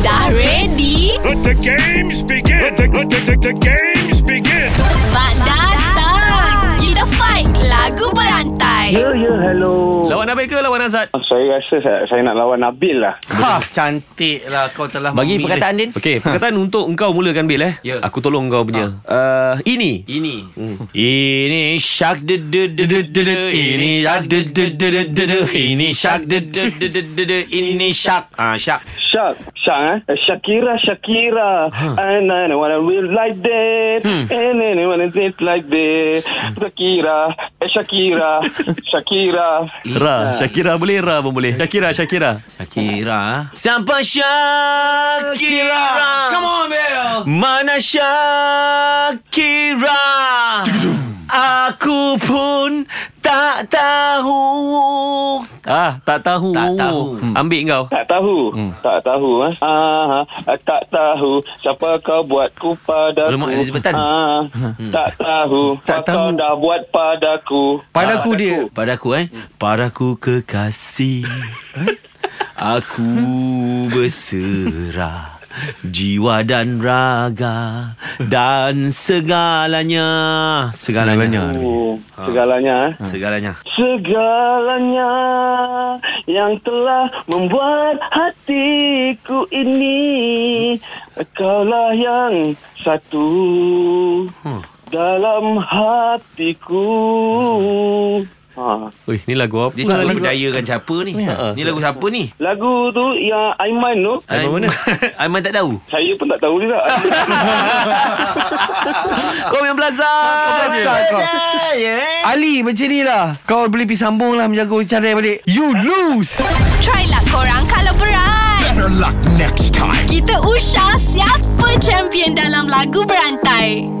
Dah ready? Let the games begin. Let the, let the, the, the games begin. Mak datang! Kita fight lagu berantai. Ya, ya, hello. Ah, Lawan Nabil ke lawan Azad? Saya rasa saya, saya nak lawan Nabil lah. Ha, cantik lah kau telah Bagi memilih. perkataan Din Okey, perkataan untuk engkau mulakan Bil eh. Ya. Aku tolong kau punya. Uh, ini. Ini Hmm. Ini shark de de de de de de Ini shark de de de de de de Ini shark de de de de de de Ini shark Ah shark Syak. Syak eh? Eh, Shakira, Shakira. Ha. And I don't wanna live like that. Hmm. And I don't wanna live like that. Shakira, eh, Shakira, Shakira. Ra, Shakira boleh Ra pun boleh. Shakira, Ah. Shakira. Shakira Sampai Shakira Come on Bel Mana Shakira Aku pun tak tahu Ah, tak tahu. Tak tahu. Hmm. Ambil kau. Tak tahu. Hmm. Tak tahu. Eh? Ah, ah, tak tahu. Siapa kau buatku padaku. Alamak, Elizabeth Tan. Ah, tak tahu. Hmm. Tak Apa kau tahu. dah buat padaku. Padaku dia Padaku eh Padaku kekasih eh. Aku berserah Jiwa dan raga Dan segalanya Segalanya Oh, Ha. segalanya. Eh? Segalanya Segalanya yang telah membuat hatiku ini Kaulah yang satu dalam hatiku ha. Oi, ni lagu apa? Dia cuba berdayakan siapa ni Ya. Ni lagu siapa ni Lagu tu yang Aiman tu Aiman mana? Aiman tak tahu Saya pun tak tahu juga Kau yang belasah. Asal kau Ya. Ali macam ni lah Kau boleh pergi sambung lah Menjaga cara balik You lose Try lah korang kalau berat. Better luck next time. Kita usah siapa champion dalam lagu berantai.